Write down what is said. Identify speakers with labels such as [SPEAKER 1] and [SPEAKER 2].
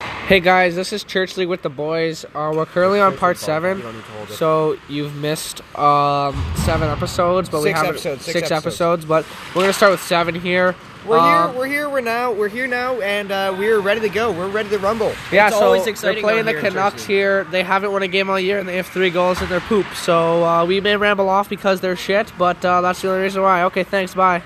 [SPEAKER 1] Hey guys, this is Churchley with the boys. Uh, we're currently on part seven, so you've missed um, seven episodes, but we
[SPEAKER 2] Six
[SPEAKER 1] have
[SPEAKER 2] episodes, six
[SPEAKER 1] six episodes.
[SPEAKER 2] episodes.
[SPEAKER 1] But we're gonna start with seven here.
[SPEAKER 2] We're
[SPEAKER 1] Um,
[SPEAKER 2] here. We're here. We're now. We're here now, and uh, we're ready to go. We're ready to rumble.
[SPEAKER 1] yeah,
[SPEAKER 3] It's
[SPEAKER 1] so
[SPEAKER 3] always exciting
[SPEAKER 1] they're playing
[SPEAKER 3] out
[SPEAKER 1] the
[SPEAKER 3] here in
[SPEAKER 1] Canucks
[SPEAKER 3] Jersey.
[SPEAKER 1] here. They haven't won a game all year, and they have three goals in their poop. So uh, we may ramble off because they're shit, but uh, that's the only reason why. Okay, thanks. Bye.